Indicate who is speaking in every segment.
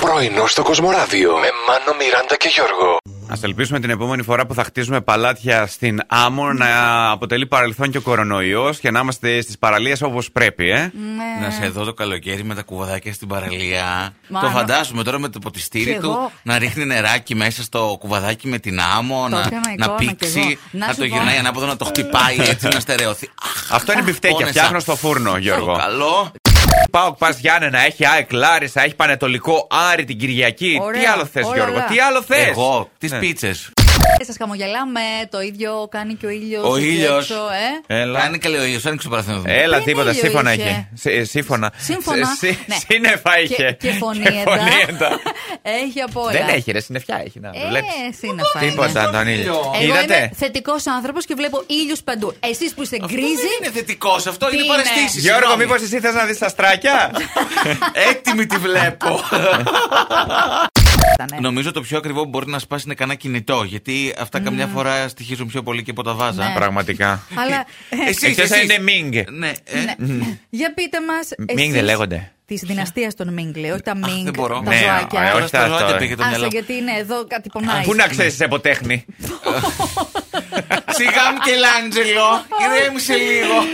Speaker 1: Πρωινό στο Κοσμοράδιο με Μάνο, Μιράντα και Γιώργο.
Speaker 2: Ας ελπίσουμε την επόμενη φορά που θα χτίζουμε παλάτια στην Άμμο να αποτελεί παρελθόν και ο κορονοϊός και να είμαστε στις παραλίες όπως πρέπει, ε.
Speaker 3: Ναι.
Speaker 4: Να σε δω το καλοκαίρι με τα κουβαδάκια στην παραλία.
Speaker 3: Μάνα.
Speaker 4: Το φαντάζομαι τώρα με το ποτιστήρι
Speaker 3: Κι
Speaker 4: του
Speaker 3: εγώ.
Speaker 4: να ρίχνει νεράκι μέσα στο κουβαδάκι με την άμμο, να,
Speaker 3: έκανα
Speaker 4: να
Speaker 3: εικόνα κι
Speaker 4: πήξει,
Speaker 3: εγώ. Να
Speaker 4: να,
Speaker 3: σου
Speaker 4: το
Speaker 3: πω.
Speaker 4: γυρνάει ανάποδα, να το χτυπάει έτσι, να στερεωθεί. Αχ,
Speaker 2: Αυτό είναι μπιφτέκια.
Speaker 4: πόνεσα.
Speaker 2: Φτιάχνω στο φούρνο, Γιώργο.
Speaker 4: Καλό.
Speaker 2: Πάω πας Γιάννενα, έχει ΑΕΚ Λάρισα, έχει Πανετολικό Άρη την Κυριακή.
Speaker 3: Ωραία,
Speaker 2: Τι άλλο θες,
Speaker 3: όλα
Speaker 2: Γιώργο,
Speaker 3: αυτά.
Speaker 2: τι Ναι. άλλο θες.
Speaker 4: Εγώ, τις πίτσε.
Speaker 3: Σας χαμογελάμε. Το ίδιο κάνει και ο ήλιος.
Speaker 4: Ο ήλιος.
Speaker 3: Ε.
Speaker 2: Έλα. Ε,
Speaker 4: Κάνει καλή ο ήλιος, άνοιξε το παραθένο.
Speaker 2: Έλα,
Speaker 3: πριν
Speaker 2: τίποτα,
Speaker 3: ήλιο
Speaker 2: σύμφωνα
Speaker 3: είχε.
Speaker 2: είχε. Σύ- Σύμφωνα.
Speaker 3: Σύμφωνα,
Speaker 2: Σ- σύ-
Speaker 3: ναι.
Speaker 2: Σύννεφα είχε.
Speaker 3: Και, και φωνήεντα.
Speaker 2: φωνήεντα.
Speaker 3: έχει από όλα.
Speaker 2: Δεν έχει, ρε, συννεφιά έχει να
Speaker 3: Ε,
Speaker 2: βλέπεις.
Speaker 3: σύννεφα είναι.
Speaker 2: Τίποτα, τον ήλιο.
Speaker 3: ναι. Εγώ είμαι
Speaker 2: Είδατε.
Speaker 3: θετικός άνθρωπος και βλέπω ήλιου παντού. Εσείς που είστε
Speaker 4: Δεν
Speaker 3: γκρίζοι.
Speaker 4: είναι θετικός αυτό,
Speaker 3: Τι
Speaker 4: είναι
Speaker 3: είναι?
Speaker 4: παρεστήσει.
Speaker 2: Γιώργο, μήπως εσύ θες να δεις τα στράκια.
Speaker 4: Έτοιμη τη βλέπω.
Speaker 3: Ναι.
Speaker 4: Νομίζω το πιο ακριβό που μπορεί να σπάσει είναι κανένα κινητό. Γιατί αυτά καμιά φορά στοιχίζουν πιο πολύ και από τα βάζα.
Speaker 3: Ναι.
Speaker 2: Πραγματικά.
Speaker 3: Αλλά.
Speaker 2: Ε,
Speaker 3: ε,
Speaker 4: Ε, Εσύ,
Speaker 2: Εκτός αν είναι Μίνγκ.
Speaker 4: Ναι, ε,
Speaker 3: Για πείτε μας.
Speaker 2: Μίνγκ δεν λέγονται.
Speaker 3: Της δυναστείας των Μίνγκ, λέω. Τα Μίνγκ.
Speaker 4: δεν μπορώ.
Speaker 3: Τα
Speaker 2: Ναι,
Speaker 3: ζωάκια.
Speaker 2: ε,
Speaker 4: Τώρα
Speaker 2: όχι τα-
Speaker 4: στα ζωάκια
Speaker 2: τα-
Speaker 4: πήγε το
Speaker 3: Άσε,
Speaker 4: μυαλό.
Speaker 3: γιατί είναι εδώ κάτι πονάει.
Speaker 2: Πού να ξέρεις από τέχνη.
Speaker 4: Σιγά μου και Λάντζελο, ηρέμησε λίγο.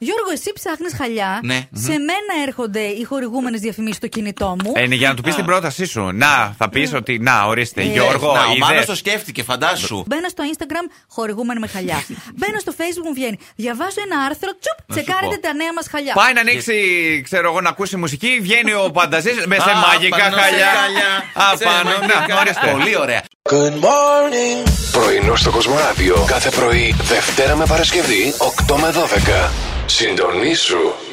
Speaker 3: Γιώργο, εσύ ψάχνεις χαλιά.
Speaker 4: Ναι.
Speaker 3: Σε μένα έρχονται οι χορηγούμενες διαφημίσεις στο κινητό μου.
Speaker 2: Ε, Είναι για να του πεις την πρότασή σου. Να, θα πεις ότι. Να, ορίστε, Γιώργο.
Speaker 4: Να, ο Μάνος
Speaker 2: είδες.
Speaker 4: το σκέφτηκε, φαντάσου.
Speaker 3: Μπαίνω στο Instagram, χορηγούμενη με χαλιά. Μπαίνω στο Facebook, μου βγαίνει. Διαβάζω ένα άρθρο, τσουπ,
Speaker 4: Να σου
Speaker 3: τσεκάρετε
Speaker 4: πω.
Speaker 3: τα νέα μας χαλιά.
Speaker 2: Πάει να ανοίξει, ξέρω εγώ, να ακούσει μουσική. Βγαίνει ο πανταζής με σε μαγικά χαλιά. Απάνω, να, ορίστε.
Speaker 4: Πολύ ωραία.
Speaker 1: Πρωινό στο Κοσμοράδιο κάθε πρωί, Δευτέρα με Παρασκευή, 8 με 12. Συντονίσου